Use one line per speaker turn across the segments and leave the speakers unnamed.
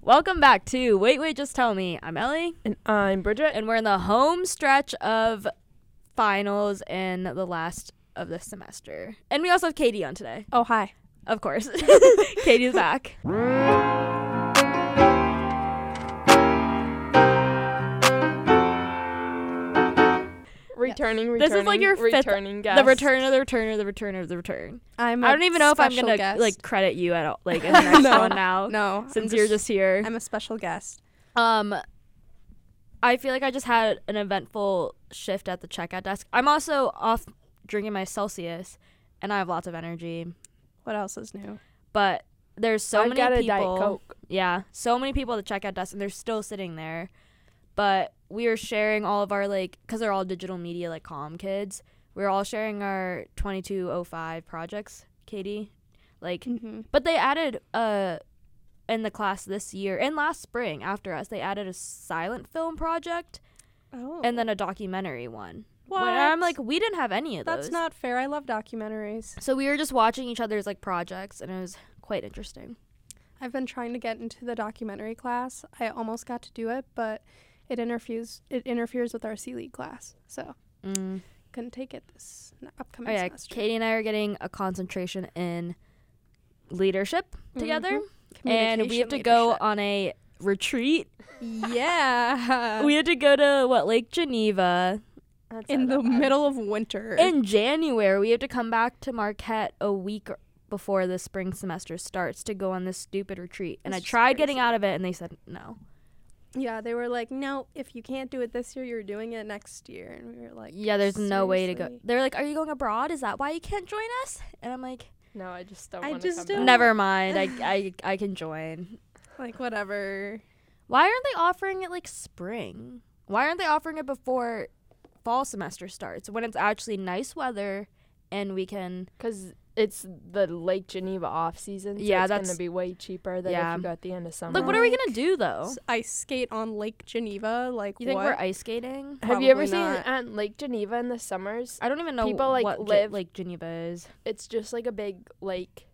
Welcome back to Wait, Wait, Just Tell Me. I'm Ellie,
And I'm Bridget.
and we're in the home stretch of finals and the last of the semester. And we also have Katie on today,
Oh, hi.
of course. Katie's back.
Returning, returning.
This is like your fifth-
returning guest.
The return of the return of the return of the return.
I'm.
I
a
don't even know if I'm
special
gonna
guest.
like credit you at all, like in the next
No.
one now,
No,
since
I'm
you're just here.
I'm a special guest.
Um, I feel like I just had an eventful shift at the checkout desk. I'm also off drinking my Celsius, and I have lots of energy.
What else is new?
But there's so
I
many
got a
people.
Diet Coke.
Yeah, so many people at the checkout desk, and they're still sitting there. But we were sharing all of our like, cause they're all digital media, like calm kids. We were all sharing our 2205 projects, Katie. Like,
Mm-hmm.
but they added uh in the class this year and last spring after us, they added a silent film project
Oh,
and then a documentary one. When I'm like, we didn't have any of
that's
those.
not fair. I love documentaries.
So we were just watching each other's like projects, and it was quite interesting.
I've been trying to get into the documentary class. I almost got to do it, but it interferes. It interferes with our C League class, so
Mm.
couldn't take it this n-
Oh
upcoming
yeah,
semester.
Katie and I are getting a concentration in leadership together, and we have to
Mm-hmm. Communication
go on a retreat.
leadership. yeah,
we had to go to what Lake Geneva.
in the middle of winter.
in January. We have to come back to Marquette a week before the spring semester starts to go on this stupid retreat. And I
That's just
tried getting
crazy.
out of it, and they said no.
yeah, they were like, "No, if you can't do it this year, you're doing it next year." And we were like,
Yeah, there's no way to go.
"Seriously?"
They're like, "Are you going abroad? Is that why you can't join us?" And I'm like,
No, I just don't
I
want
just
to
don't-
come back.
"Never mind. I I I can join."
Like whatever.
Why aren't they offering it like spring? Why aren't they offering it before fall semester starts when it's actually nice weather and we can
Because it's the Lake Geneva off season. So
Yeah,
it's
that's-
gonna be way cheaper than
Yeah.
if you go at the end of summer.
Like what are we going to do though?
s- ice skate on Lake Geneva. Like
Oh. You think
what?
we're ice skating?
Have you ever
Probably
seen
not.
on Lake Geneva in the summers?
I don't even know
People, like,
what Ge-
live-
like Geneva is.
It's just like a big lake.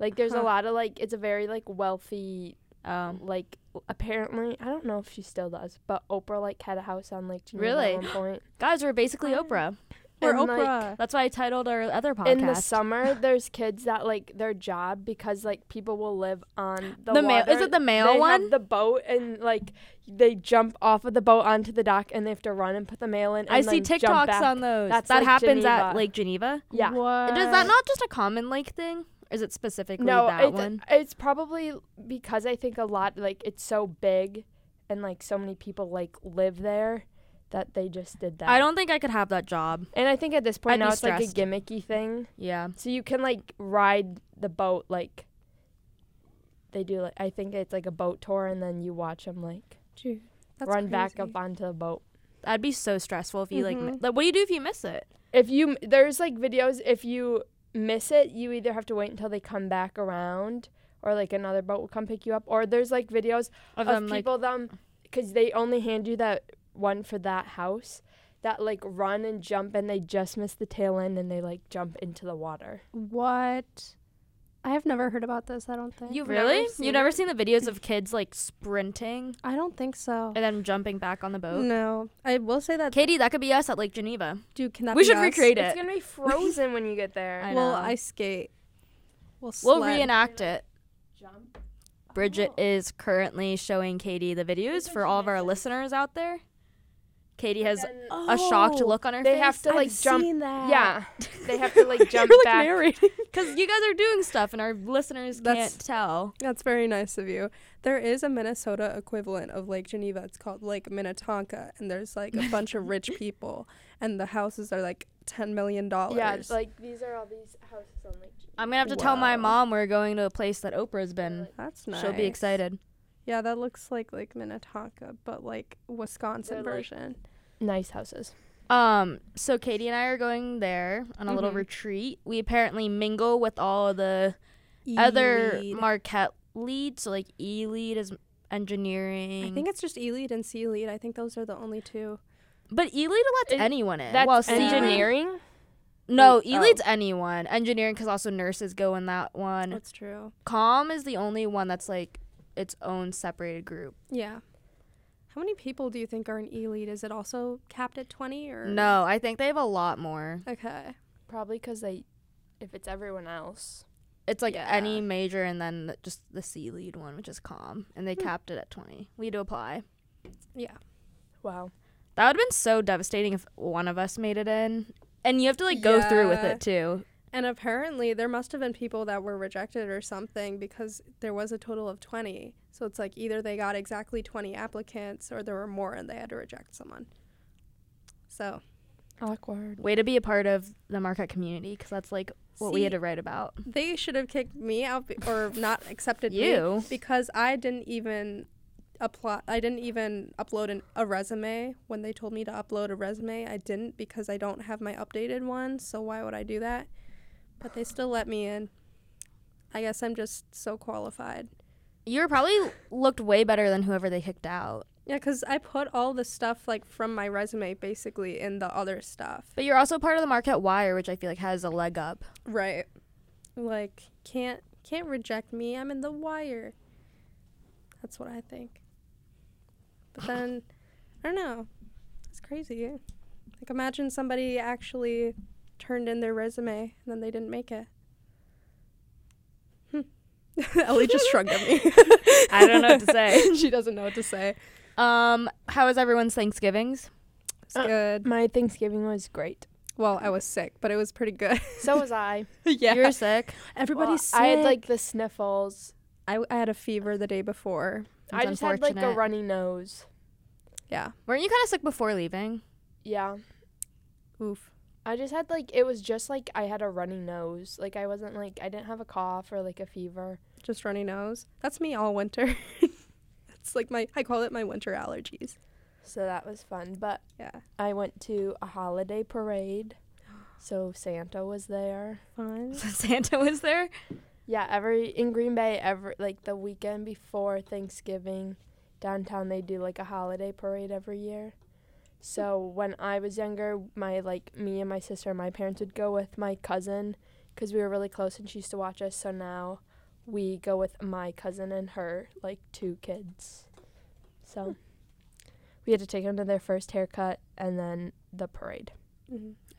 Like there's
Huh.
a lot of like it's a very like wealthy
Um,
like apparently I don't know if she still does, but Oprah like had a house on Lake Geneva
Really?
at one point.
guys, we're basically
Hi.
Oprah.
We're
and, like,
Oprah.
That's why I titled our other podcast.
In the summer, there's kids that like their job because like people will live on the,
The ma-
water.
is it the male
they have
one?
the boat and like they jump off of the boat onto the dock and they have to run and put the mail in. And
I see
then jump
TikToks
back.
on those.
That's
that
Lake
happens at
Geneva.
Lake Geneva. Uh,
Yeah.
What?
Is that not just a common lake thing? Or is it specifically
No,
that
it's,
one?
it's probably because I think a lot like it's so big and like so many people like live there that they just did that.
I don't think I could have that job.
And I think at this point
I'd be
now it's like a
stressed.
gimmicky thing.
Yeah.
So you can like ride the boat like they do like I think it's like a boat tour and then you watch them like
Dude, that's
run back
crazy.
up onto the boat.
That'd be so stressful if you like, mi-
Mhm.
like. What do you do if you miss it?
If you there's like videos if you miss it, you either have to wait until they come back around or like another boat will come pick you up or there's like videos
Of,
of,
them, like,
people them cuz they only hand you that one for that house that like run and jump and they just miss the tail end and they like jump into the water.
What? I have never heard about this. I don't think.
you've
really?
really?
seen
You've never seen the videos of kids like sprinting
I don't think so.
and then jumping back on the boat.
No, I will say that.
Katie, that could be us at Lake Geneva.
Dude, can that
we
be
should
us?
recreate it.
It's going to be frozen when you get there.
I
we'll
know.
ice skate. We'll
We'll
sled.
reenact it.
jump.
Bridget is currently showing Katie the videos for all of our listeners out there. Katie has a shocked
Oh,
look on her
They
face.
have to
I've
like jump.
seen that.
Yeah, they have to Oh. like jump
You're like
back.
narrating.
because you guys are doing stuff and our listeners
That's-
can't tell.
That's very nice of you. There is a Minnesota equivalent of Lake Geneva. It's called Lake Minnetonka, and there's like a bunch of rich people, and the houses are like ten million dollars.
Yeah, like these are all these houses on Lake. Geneva.
I'm gonna have to tell my
Wow.
mom we're going to a place that Oprah's been.
that's nice.
She'll be excited.
Yeah, that looks like Lake Minnetonka, but like Wisconsin
They're, like-
version.
Nice houses.
Um, so Katie and I are going there on a little
Mhm.
retreat. We apparently mingle with all of the other
Elite.
Marquette leads. So like E lead is engineering.
I think it's just Elite and C Elite. I think those are the only two.
but E lead lets
Is-
anyone in.
That's
well, C lead-
engineering.
No,
Like,
E
oh.
leads anyone. Engineering, because also nurses go in that one.
That's true.
Calm is the only one that's like its own separated group.
Yeah. How many people do you think are in elite? Is it also capped at 20 or
No, I think they have a lot more.
Okay.
Probably because they, if it's everyone else,
It's like
Yeah.
any major and then the, just the C lead one, which is calm, and
Hmm.
they capped it at 20. We had to apply.
Yeah.
wow.
That would have been so devastating if one of us made it in. And you have to like go through with
Yeah.
it too.
And apparently there must have been people that were rejected or something because there was a total of 20. So it's like either they got exactly 20 applicants or there were more and they had to reject someone. So,
Awkward.
Way to be a part of the Marquette community because that's like what we
See,
had to write about.
they should have kicked me out be- or not accepted me
You.
because I didn't even apply. I didn't even upload an, a resume when they told me to upload a resume. I didn't because I don't have my updated one. So why would I do that? But they still let me in. I guess I'm just so qualified.
You were probably looked way better than whoever they kicked out.
Yeah, because I put all the stuff like from my resume basically in the other stuff.
But you're also part of the Marquette Wire, which I feel like has a leg up.
Right. Like can't can't reject me. I'm in the wire. That's what I think. But then I don't know. It's crazy. Like imagine somebody actually turned in their resume and then they didn't make it. Hmm. Ellie just shrugged at me.
I don't know what to say.
she doesn't know what to say.
Um, how was everyone's Thanksgivings?
It's
Uh,
good.
My Thanksgiving was great.
Well, I was sick, but it was pretty good.
So was I.
yeah.
You were sick.
Everybody's
Well, I had
sick.
like the sniffles.
I, I had a fever the day before.
I just had like a
unfortunate.
runny nose.
Yeah.
Weren't you kind of sick before leaving?
Yeah.
Oof.
I just had like it was just like I had a runny nose. Like I wasn't like I didn't have a cough or like a fever.
Just runny nose. That's me all winter. It's like my I call it my winter allergies.
So that was fun. But
Yeah.
I went to a holiday parade. So Santa was there.
Fun.
Santa was there.
Yeah, every in Green Bay every like the weekend before Thanksgiving, downtown they do like a holiday parade every year. So when I was younger, my like me and my sister, and my parents would go with my cousin cuz we were really close and she used to watch us. So now we go with my cousin and her like two kids. So we had to take them to their first haircut and then the parade.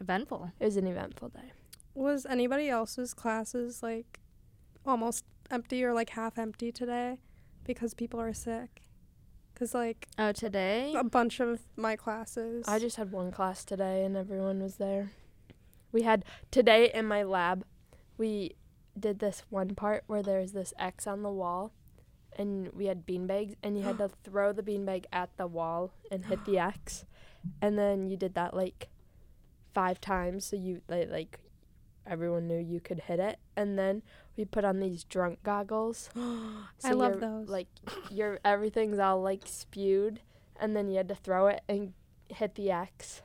Eventful.
It was an eventful day.
Mm-hmm. Was anybody else's classes like almost empty or like half empty today because people are sick? Cuz like
Oh, today.
a bunch of my classes.
I just had one class today and everyone was there. We had today in my lab, we did this one part where there's this X on the wall and we had bean bags and you had to throw the beanbag at the wall and hit the X. And then you did that like five times so you like, like everyone knew you could hit it. And then we put on these drunk goggles.
I love
you're,
those.
Like your everything's all like spewed and then you had to throw it and hit the X.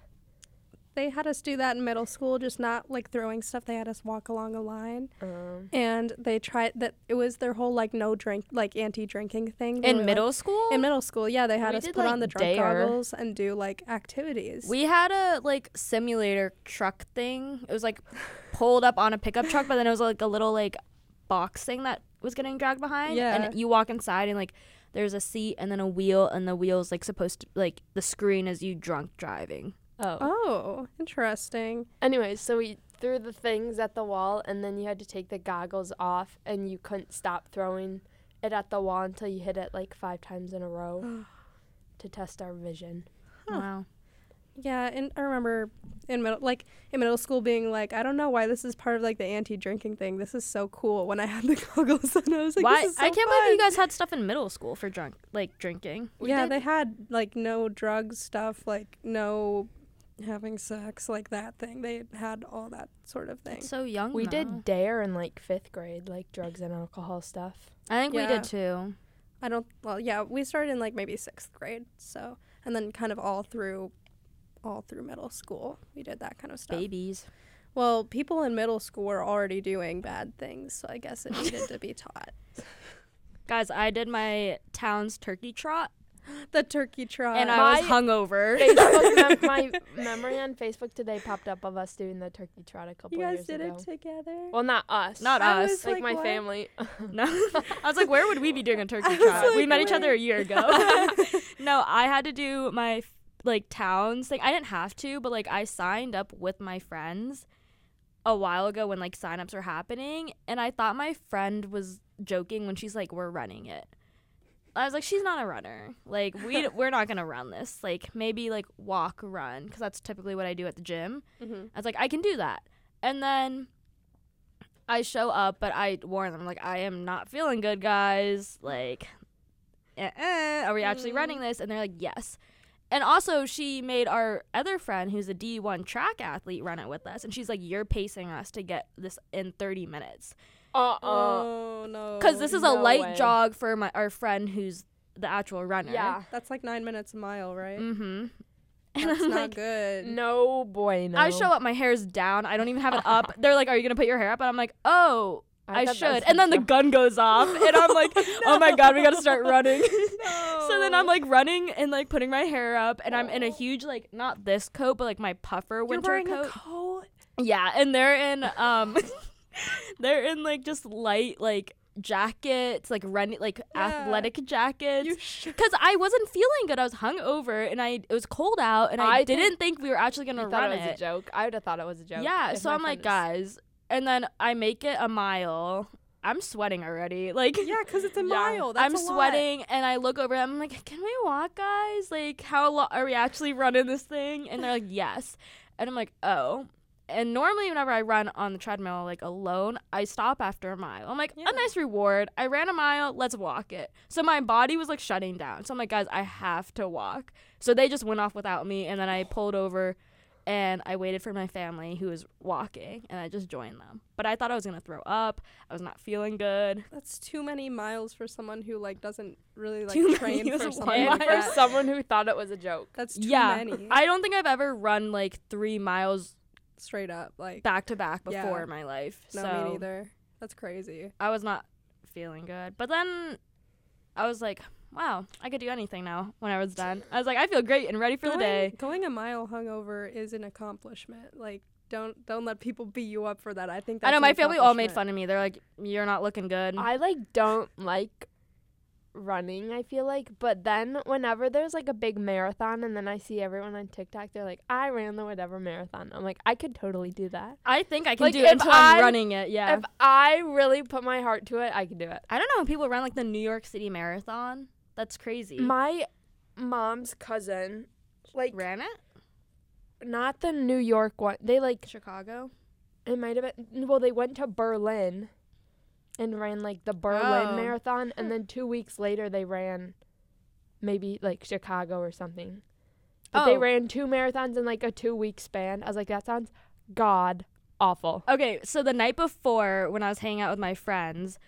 they had us do that in middle school, just not like throwing stuff. They had us walk along a line.
Um,
and they tried that it was their whole like no drink like anti-drinking thing They were,
in
like-
middle school.
in middle school yeah they had
We
us
did,
put on the
like,
drunk
Dare.
goggles and do like activities
we had a like simulator truck thing. It was like pulled up on a pickup truck, but then it was like a little like box thing that was getting dragged behind.
Yeah.
And you walk inside and like there's a seat and then a wheel and the wheel's like supposed to like the screen is you drunk driving.
oh.
oh interesting
Anyways, so we threw the things at the wall, and then you had to take the goggles off, and you couldn't stop throwing it at the wall until you hit it like five times in a row to test our vision.
Wow.
yeah and i remember in middle like in middle school being like i don't know why this is part of like the anti-drinking thing this is so cool when i had the goggles on i was like
Why
this is so
I can't
fun.
believe you guys had stuff in middle school for drunk like drinking.
We
yeah
did-
they had like no drug stuff like no having sex like that thing they had all that sort of thing
It's so
Oh,
young.
We
though.
did dare in like fifth grade, like drugs and alcohol stuff.
I think we
Yeah.
did too.
I don't. Well, yeah, we started in like maybe sixth grade, so and then kind of all through, all through middle school, we did that kind of stuff.
Babies.
Well, people in middle school were already doing bad things, so I guess it needed to be taught.
Guys, I did my town's turkey trot.
the turkey trot.
and I was
My
hungover.
Facebook mem- my memory on Facebook today popped up of us doing the turkey trot a couple
you guys
years
did
ago.
it together.
well, not us.
Not
I
us.
was
like,
like,
my
what?
family.
No, I was like, where would we be doing a turkey
I was
trot? we
like,
met each other a
wait.
year ago. no, I had to do my like towns thing. I didn't have to, but like I signed up with my friends a while ago when like signups were happening, and I thought my friend was joking when she's like, "We're running it." I was like, "She's not a runner. Like we we're not gonna run this. Like maybe like walk run because that's typically what I do at the gym."
Mm-hmm.
Mhm.
I was like, I can do that. And then I show up, but I warn them, like, I am not feeling good, guys. Like, eh, eh, are we actually
Mm.
running this? And they're like, yes. And also, she made our other friend, who's a D1 track athlete, run it with us. And she's like, you're pacing us to get this in 30 minutes.
Uh uh.
oh no.
Because this is a
no
light
way.
jog for my our friend who's the actual runner.
Yeah.
that's like nine minutes a mile, right?
Mm-hmm. And
That's
I'm
not
like,
good.
No bueno.
I show up, my hair's down. I don't even have it up. They're like, are you going to put your hair up? And I'm like, oh, I,
thought that was
should. And then the
joke.
gun goes off, and I'm like, oh my god, we gotta start running. so then I'm
No.
like running and like putting my hair up, and I'm in a huge like not this coat, but like my puffer
You're
winter
wearing
coat.
a coat.
yeah, and they're in um, they're in like just light like jackets, like running like
Yeah.
athletic jackets.
You should.
Cause I wasn't feeling good, I was hungover, and I it was cold out, and I,
I think-
didn't think we were actually
You
gonna
thought
run
it was
it.
a joke. I would have thought it was a joke.
Yeah,
if
so
my
I'm like,
friend was-
guys, and then I make it a mile. I'm sweating already. Like,
Yeah, because it's a
Yeah.
mile. That's
I'm
a lot.
sweating, and I look over. and I'm like, can we walk, guys? Like, how lo- are we actually running this thing? And they're like, yes. And I'm like, oh. And normally, whenever I run on the treadmill, like alone, I stop after a mile. I'm like,
Yeah.
a nice reward. I ran a mile. Let's walk it. So my body was like shutting down. So I'm like, guys, I have to walk. So they just went off without me, and then I pulled over. And I waited for my family who was walking and I just joined them. But I thought I was gonna throw up. I was not feeling good.
That's too many miles for someone who like doesn't really like
Too many
train
is
for
one
something.
And
mile.
Like
for
that.
someone who thought it was a joke.
That's too
Yeah.
many.
I don't think I've ever run like three miles
Straight up, like
back to back
Yeah.
before in my life.
no,
so
me neither. That's crazy.
I was not feeling good. But then I was like, wow, I could do anything now when I was done. I was like, I feel great and ready for
going,
the day.
going a mile hungover is an accomplishment. Like, don't don't let people beat you up for that. I think that's
I know
an
my family all made
accomplishment.
fun of me. They're like, you're not looking good.
I like don't like running, I feel like, but then whenever there's like a big marathon and then I see everyone on TikTok, they're like, I ran the whatever marathon. I'm like, I could totally do that.
I think I can
Like,
do it
if
until I, am
I-
running it. Yeah.
If I really put my heart to it, I could do it.
I don't know how people run like the New York City Marathon. That's crazy.
My mom's cousin, like
ran it?
not the New York one. They like
Chicago?
it might have been well, they went to Berlin and ran like the Berlin
Oh.
marathon and then 2 weeks later they ran maybe like Chicago or something. But they
Oh.
ran two marathons in like a 2 week span. I was like that sounds god awful.
Okay, so the night before when I was hanging out with my friends,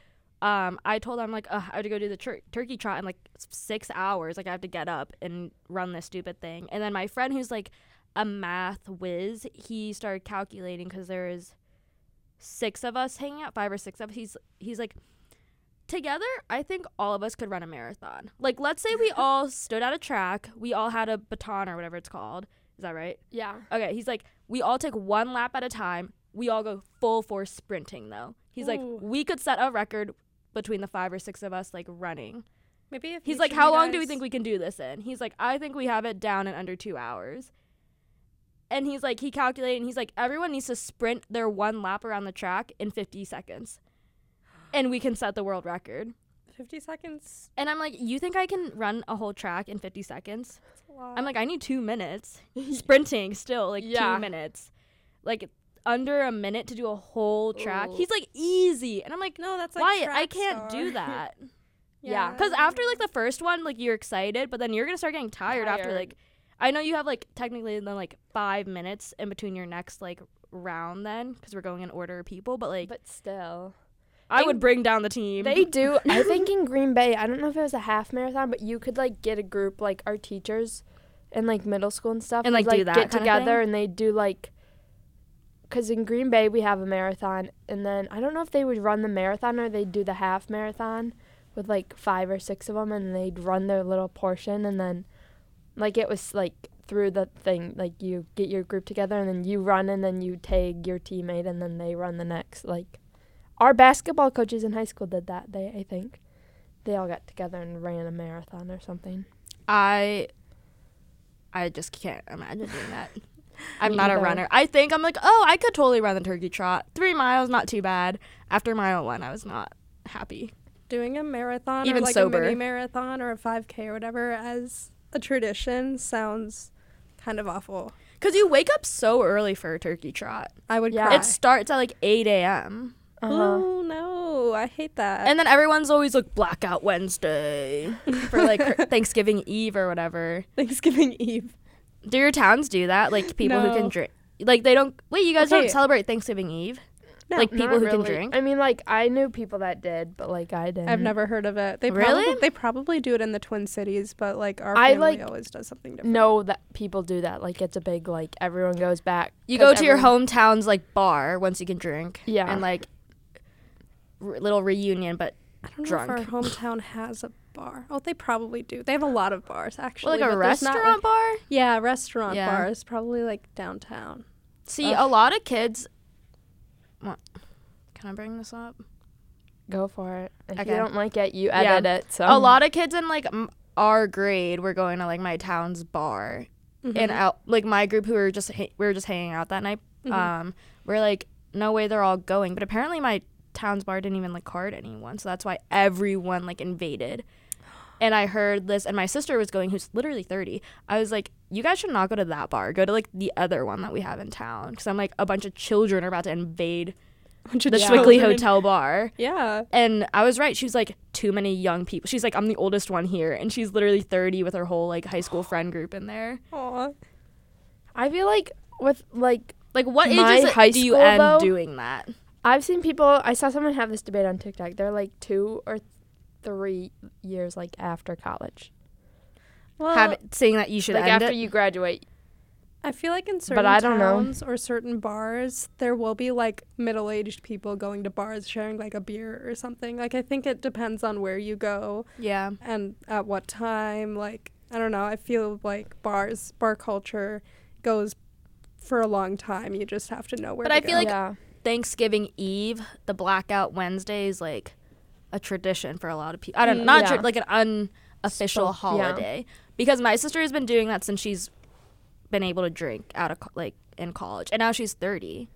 um, I told them like, Ugh, I have to go do the tur- turkey trot in like s- six hours. Like I have to get up and run this stupid thing. And then my friend who's like a math whiz, he started calculating because there is six of us hanging out, five or six of us. He's he's like. Together, I think all of us could run a marathon. Like, let's say we all stood at a track. We all had a baton or whatever it's called. Is that right?
Yeah.
Okay, he's like, we all take one lap at a time. We all go full force sprinting though. He's like,
Ooh.
we could set a record between the five or six of us like running.
Maybe if
He's
each
like,
of
how
you
long do we
guys-
think we can do this in? He's like, I think we have it down in under two hours. And he's like, he calculated and he's like, everyone needs to sprint their one lap around the track in 50 seconds. And we can set the world record.
fifty seconds?
And I'm like, you think I can run a whole track in 50 seconds?
That's a lot.
I'm like, I need two minutes. Sprinting still, like
Yeah.
two minutes. Like under a minute to do a whole track.
Ooh.
He's like, easy. And I'm like,
no, that's like
Wyatt, I
track
can't do
star.
that.
Yeah.
Because after like the first one, like you're excited, but then you're going to start getting tired, after
Tired.
like, I know you have like technically then like five minutes in between your next like round then because we're going in order of people, but like
But still.
I would bring down the team.
They do. I think in Green Bay, I don't know if it was a half marathon, but you could like get a group like our teachers in like middle school and stuff
And, like,
would,
do that
get
kinda
together
thing?
and they do like because in Green Bay we have a marathon and then I don't know if they would run the marathon or they do the half marathon, with like five or six of them, and they'd run their little portion, and then like it was like through the thing, like you get your group together, and then you run, and then you tag your teammate, and then they run the next. Like our basketball coaches in high school did that. They I think they all got together and ran a marathon or something.
I I just can't imagine doing that. I'm
Me
not a
either.
runner. I think I'm like, oh, I could totally run the turkey trot. Three miles, not too bad. After mile one, I was not happy.
doing a marathon
Even
or like
sober.
a mini marathon or a 5k or whatever as a tradition sounds kind of awful
Cause you wake up so early for a turkey trot.
i would
Yeah.
cry
It starts at like 8 a.m.
Uh-huh.
oh no i hate that
and then everyone's always like blackout Wednesday for like Thanksgiving Eve or whatever.
thanksgiving eve
Do your towns do that? Like people who can
No.
drink. Like they don't. Wait, you guys
Okay.
don't celebrate Thanksgiving Eve?
No,
like people
Not
who can
really.
drink.
I mean, like I knew people that did, but like I didn't.
i've never heard of it they
Mm-hmm. Really?
probably, they probably do it in the twin cities but like our
I,
family
like,
always does something different
know that people do that. Like it's a big like everyone goes back.
You
'cause
go to your
everyone-
hometown's like bar once you can drink.
Yeah.
And like r- little reunion, but
i don't
drunk.
know if our hometown has a bar oh they probably do they have a lot of bars
Well,
actually
like a
but there's not,
restaurant
like-
bar.
yeah restaurant
Yeah.
bars probably like downtown
See, a
Ugh.
lot of kids. What? Can I bring this up?
go for it. If
Okay.
you don't like it, you
Yeah.
edit it. So
a lot of kids in like m- our grade were going to like my town's bar, and out like my group who were just ha- we were just hanging out that night.
Mhm.
Um, we're like, no way they're all going, but apparently my town's bar didn't even like card anyone, so that's why everyone like invaded. And I heard this, and my sister was going, who's literally thirty. I was like, you guys should not go to that bar. Go to like the other one that we have in town, because I'm like a bunch of children are about to invade
Bunch of
the
children.
Swickley Hotel bar.
yeah
And I was right. She's like, too many young people. She's like, I'm the oldest one here. And she's literally 30 with her whole like high school friend group in there.
Aw.
I feel like with like
Like, what ages
My high
do you
school,
end
though-
doing that?
I've seen people. I saw someone have this debate on TikTok. They're like two or three years like after college,
well,
Have saying that you should
like
end
after
it.
you graduate.
I feel like in certain
I don't know.
towns or certain bars, there will be like middle aged people going to bars sharing like a beer or something. Like I think it depends on where you go
yeah.
and at what time. Like I don't know. I feel like bars, bar culture, goes for a long time. You just have to know where.
But
to
I feel
go.
like-
yeah,
Thanksgiving Eve, the blackout Wednesday is like a tradition for a lot of people. I don't know.
Mm,
Not tr-
yeah.
like an unofficial
Spo- yeah.
holiday. Because my sister has been doing that since she's been able to drink out of co- like in college. And now she's 30.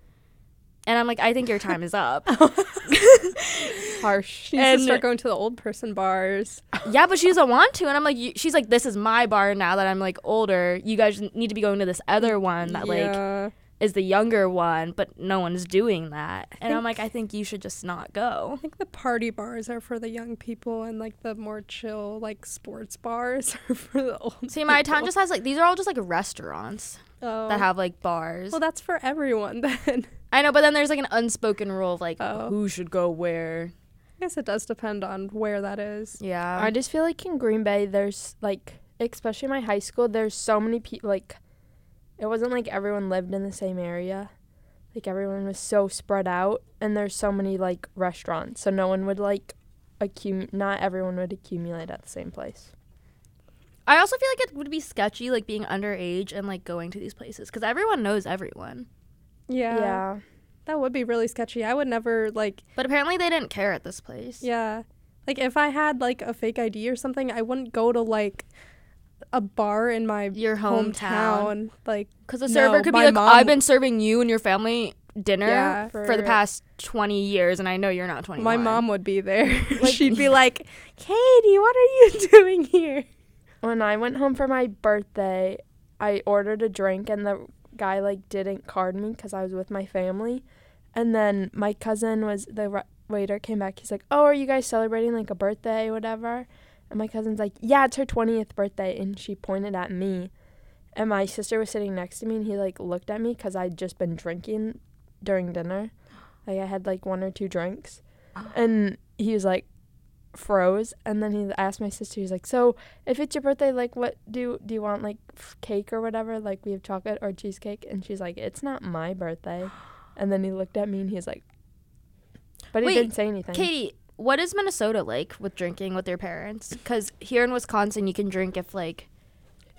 And I'm like, I think your time is up.
harsh.
she needs
and-
to start going to the old person bars.
yeah, but she doesn't want to. And I'm like, you, she's like, this is my bar now that I'm like older. You guys need to be going to this other one that like
yeah.
is the younger one, but no one's doing that. And I'm
think-
like, I think you should just not
I
go.
think the party bars are for the young people, and like the more chill, like sports bars are for the old.
See, my town
people.
just has like these are all just like restaurants
oh.
that have like bars.
Well, that's for everyone then.
I know, but then there's like an unspoken rule of like
Oh.
who should go where.
I guess it does depend on where that is.
Yeah,
I just feel like in Green Bay, there's like, especially my high school, there's so many people. Like, it wasn't like everyone lived in the same area. Like everyone was so spread out, and there's so many like restaurants, so no one would like accum. Not everyone would accumulate at the same place.
I also feel like it would be sketchy like being underage and like going to these places because everyone knows everyone.
Yeah. That would be really sketchy. I would never like
But apparently they didn't care at this place.
yeah. Like if I had like a fake ID or something, I wouldn't go to like a bar in my
your hometown.
hometown. Like
Because the
No,
server could be
my
like,
mom-
I've been serving you and your family dinner
Yeah,
for, the
for-
past 20 years, and I know you're not 21.
my mom would be there.
Like-
She'd be like, "Katie, what are you doing here?"
When I went home for my birthday, I ordered a drink, and the guy like didn't card me because I was with my family. And then my cousin was the re- waiter came back. He's like, "Oh, are you guys celebrating like a birthday, whatever?" And my cousin's like, "Yeah, it's her twentieth birthday," and she pointed at me. And my sister was sitting next to me, and he like looked at me because I'd just been drinking during dinner. Like I had like one or two drinks, and he was like froze. And then he asked my sister, he's like, "So if it's your birthday, like what do do you want? Like f- cake or whatever? Like we have chocolate or cheesecake?" And she's like, "It's not my birthday." And then he looked at me and he's like, "But he
Wait,
didn't say anything."
Katie, what is Minnesota like with drinking with your parents? Because here in Wisconsin, you can drink if like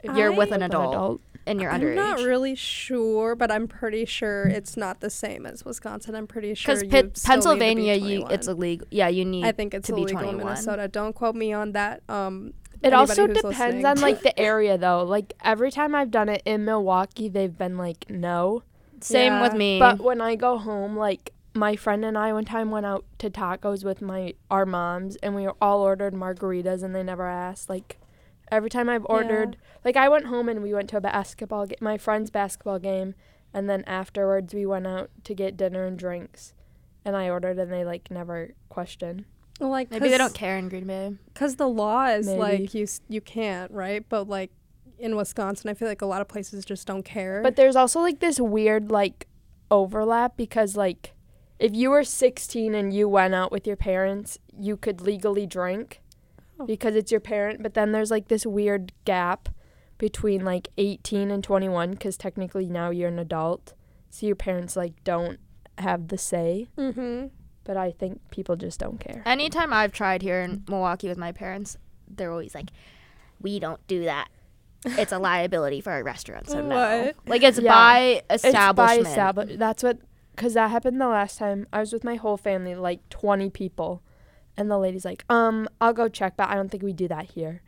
If
you're
I-
with an adult, and you're
I'm not
underage.
really sure, but I'm pretty sure it's not the same as Wisconsin. I'm pretty sure
Because
you
Pit-
still need to be
Pennsylvania, you it's
21.
illegal. Yeah, you need.
I think it's
to be
illegal in
21.
Minnesota. Don't quote me on that. Um,
It
anybody
also
who's
depends
listening.
on like the area though. Like every time I've done it in Milwaukee, they've been like no.
Same with
Yeah.
me.
But when I go home, like my friend and I one time went out to tacos with my our moms and we all ordered margaritas and they never asked. Like every time I've ordered like I went home and we went to a basketball game my friend's basketball game and then afterwards we went out to get dinner and drinks and I ordered and they like never questioned.
like
Maybe they
cause-
don't care in Green Bay.
because the law is
Maybe.
like you s- you can't right but like in wisconsin i feel like a lot of places just don't care
But there's also like this weird like overlap because like if you were 16 and you went out with your parents, you could legally drink
Oh.
because it's your parent, but then there's like this weird gap between like 18 and 21 cuz technically now you're an adult. So your parents like don't have the say,
mm-hmm.
but I think people just don't care.
Anytime I've tried here in Milwaukee with my parents, they're always like, "We don't do that. It's a liability for a restaurant, so no."
What?
Like it's
Yeah.
by
It's by
establishment.
establi- that's what, because that happened the last time. I was with my whole family, like 20 people. And the lady's like, um, I'll go check, but I don't think we do that here.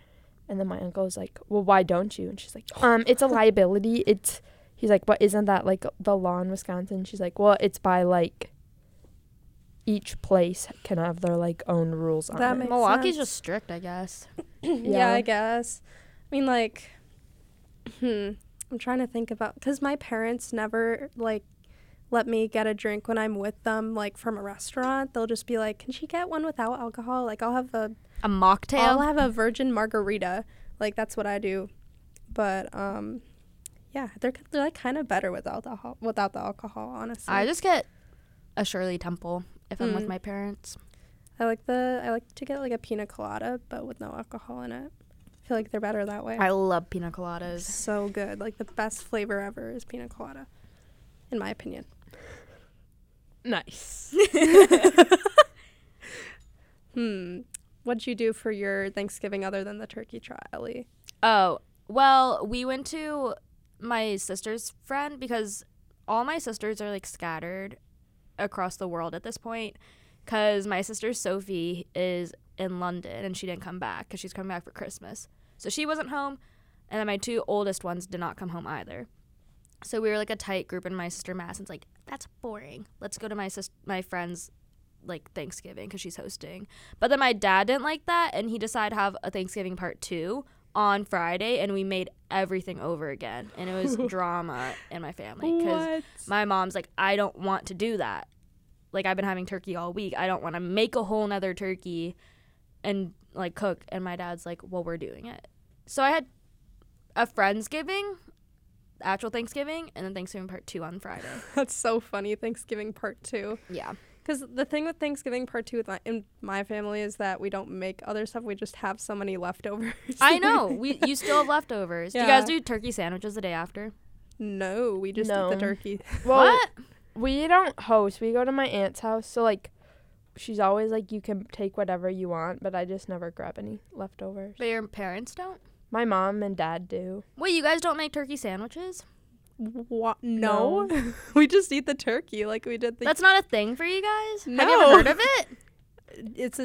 And then my uncle was like, well, why don't you? And she's like, um, it's a liability. It's, he's like, but isn't that like the law in Wisconsin? She's like, well, it's by like, each place can have their like own rules on
That
it.
makes
Milwaukee's
sense.
just strict, I guess.
yeah.
Yeah.
i guess i mean like hmm i'm trying to think about because my parents never like let me get a drink when i'm with them like from a restaurant they'll just be like can she get one without alcohol like i'll have a
A mocktail.
i'll have a virgin margarita like that's what i do but um yeah they're, they're like kind of better without the alcohol without the alcohol honestly
I just get a Shirley Temple if I'm with
Mm.
my parents.
I like the I like to get like a pina colada but with no alcohol in it. I feel like they're better that way.
I love pina
It's
coladas.
so good. Like the best flavor ever is pina colada, in my opinion.
Nice.
Hmm. What'd you do for your Thanksgiving other than the turkey trot, Ellie?
Oh, well, we went to my sister's friend because all my sisters are like scattered across the world at this point because my sister Sophie is in London and she didn't come back because she's coming back for Christmas. So she wasn't home, and then my two oldest ones did not come home either. So we were like a tight group, and my sister Masson's like, "That's boring. Let's go to my sis- my friend's like Thanksgiving because she's hosting." But then my dad didn't like that, and he decided to have a Thanksgiving part two on Friday, and we made everything over again, and it was drama in my family because my mom's like i don't want to do that like i've been having turkey all week i don't want to make a whole nother turkey and like cook and my dad's like well we're doing it so i had a friendsgiving actual thanksgiving and then thanksgiving part two on friday
That's so funny. Thanksgiving part two.
yeah
Because the thing with Thanksgiving part two with my, in my family is that we don't make other stuff. We just have so many leftovers.
i know we you still have leftovers do you guys
Yeah.
do turkey sandwiches the day after
no, we just eat
No.
the turkey.
well,
what
we don't host. We go to my aunt's house. So like, she's always like, you can take whatever you want, but I just never grab any leftovers.
but your parents don't
My mom and dad do.
wait you guys don't make turkey sandwiches
Wha- no, we just eat the turkey like we did the
that's not a thing for you guys have you
No.
ever heard of it
It's a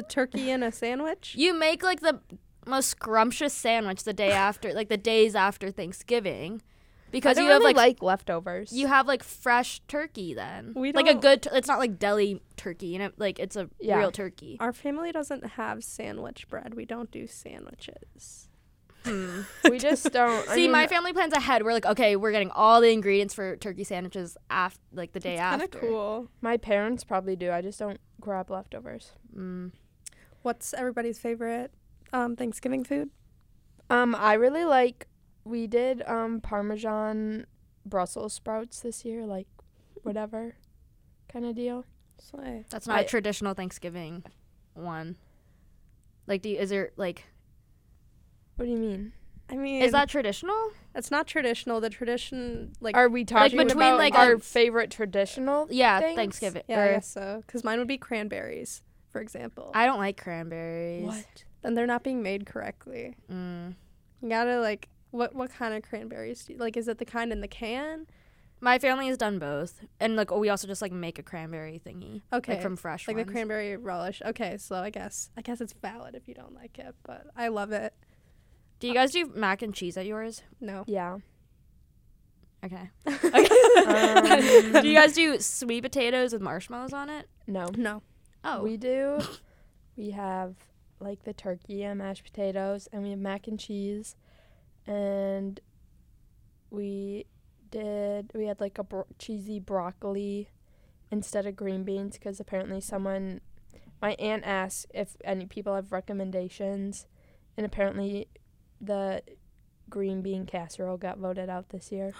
turkey and a sandwich.
You make like the most scrumptious sandwich the day after, like the days after Thanksgiving, because
I
you
don't
have
really
like,
like leftovers.
you have like fresh turkey. Then
We
like a
don't-
good. tur- it's not like deli turkey. You know, like it's a
Yeah.
real turkey.
Our family doesn't have sandwich bread. We don't do sandwiches.
Hmm.
we just don't. I
See,
mean,
my family plans ahead. We're like, okay, we're getting all the ingredients for turkey sandwiches after, like the day
Kind
after.
of cool.
my parents probably do. I just don't grab leftovers.
Mm.
What's everybody's favorite um, Thanksgiving food?
Um, I really like. We did um Parmesan Brussels sprouts this year, like whatever kind of deal.
Slay.
That's not a
I-
traditional Thanksgiving one. Like, do you, is there like
What do you mean?
I mean,
is that traditional?
It's not traditional. The tradition, like,
Are we talking
between,
about
like, um,
our
a-
favorite traditional?
Yeah,
Things?
Thanksgiving.
yeah,
or-
I guess so. Because mine would be cranberries for example,
I don't like cranberries.
What?
then they're not being made correctly.
Mm.
You gotta like, what what kind of cranberries? Do you, like, is it the kind in the can?
My family has done both, and like we also just like make a cranberry thingy,
Okay,
like from fresh
like
ones.
the cranberry relish. Okay, so I guess I guess it's valid if you don't like it, but I love it.
do you guys do mac and cheese at yours?
No,
Yeah.
Okay.
Um,
do you guys do sweet potatoes with marshmallows on it?
No.
no.
Oh,
We do. we have like the turkey and mashed potatoes, and we have mac and cheese, and we did. We had like a bro- cheesy broccoli instead of green beans because apparently someone, my aunt asked if any people have recommendations, and apparently the green bean casserole got voted out this year,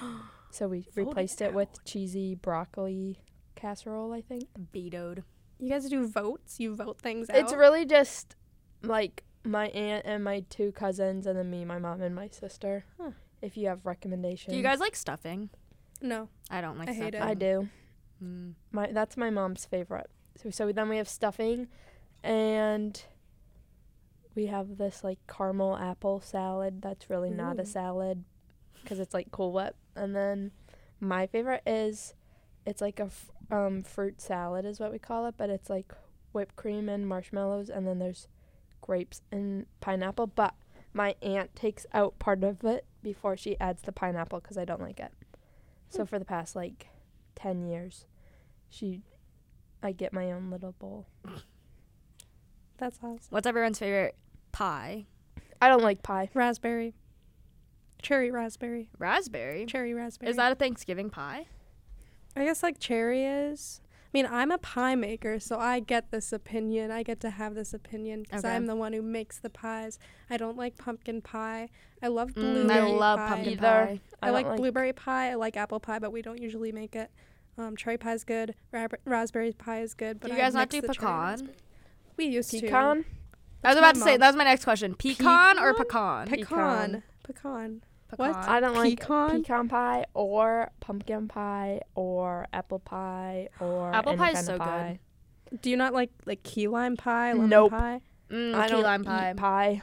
so we
Voted
replaced it with cheesy broccoli casserole. I think.
vetoed.
You guys do votes. You vote things out.
It's really just like my aunt and my two cousins, and then me, my mom, and my sister.
Huh.
If you have recommendations,
Do you guys like stuffing?
no.
I don't like
I hate
stuffing.
it.
I do.
Mm.
My that's my mom's favorite. So so then we have stuffing, and we have this like caramel apple salad. That's really not
Ooh.
a salad, because it's like Cool Whip. And then my favorite is, it's like a f- um fruit salad is what we call it, but it's like whipped cream and marshmallows, and then there's grapes and pineapple. But my aunt takes out part of it before she adds the pineapple because I don't like it. So for the past like ten years, she, I get my own little bowl.
That's awesome.
What's everyone's favorite pie?
I don't like pie.
Raspberry, cherry raspberry,
Raspberry.
cherry raspberry.
Is that a Thanksgiving pie?
I guess like cherry is. I mean, I'm a pie maker, so I get this opinion. I get to have this opinion because
Okay.
I'm the one who makes the pies. I don't like pumpkin pie. I love blueberry
Mm, I love
pie.
pumpkin
Either.
pie.
I,
don't
like, blueberry pie. I like apple pie, but we don't usually make it. Um, cherry pie is good. Ra- raspberry pie is good. But
Do you
I
guys not
mix
do
the cherry
pecan?
raspberry. We used to.
pecan.
I was
That's my
about to say
mom's-
that was my next question. Pecan, or pecan?
Pe-
Pecan. Pecan. what?
Pecan.
I don't like
Pecan?
pecan pie or pumpkin pie or apple pie or
Apple
any
pie is
kind of
so good.
pie.
Do you not like like key lime pie, lemon
Nope.
pie?
Mm,
I
key
don't
lime
eat
pie.
pie.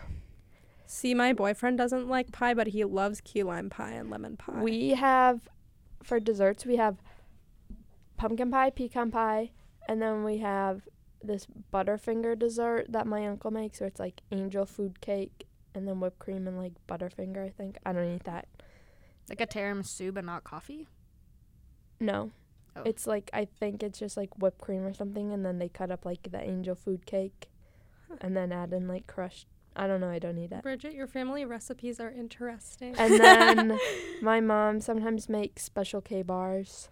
See, my boyfriend doesn't like pie, but he loves key lime pie and lemon pie.
We have for desserts we have pumpkin pie, pecan pie, and then we have this butterfinger dessert that my uncle makes where it's like angel food cake and then whipped cream and like butterfinger, I think. I don't eat that.
Like a tiramisu, but not coffee.
No.
Oh.
It's like I think it's just like whipped cream or something and then they cut up like the angel food cake and then add in like crushed I don't know, I don't eat it.
Bridget, your family recipes are interesting.
Uh, And then my mom sometimes makes special K bars.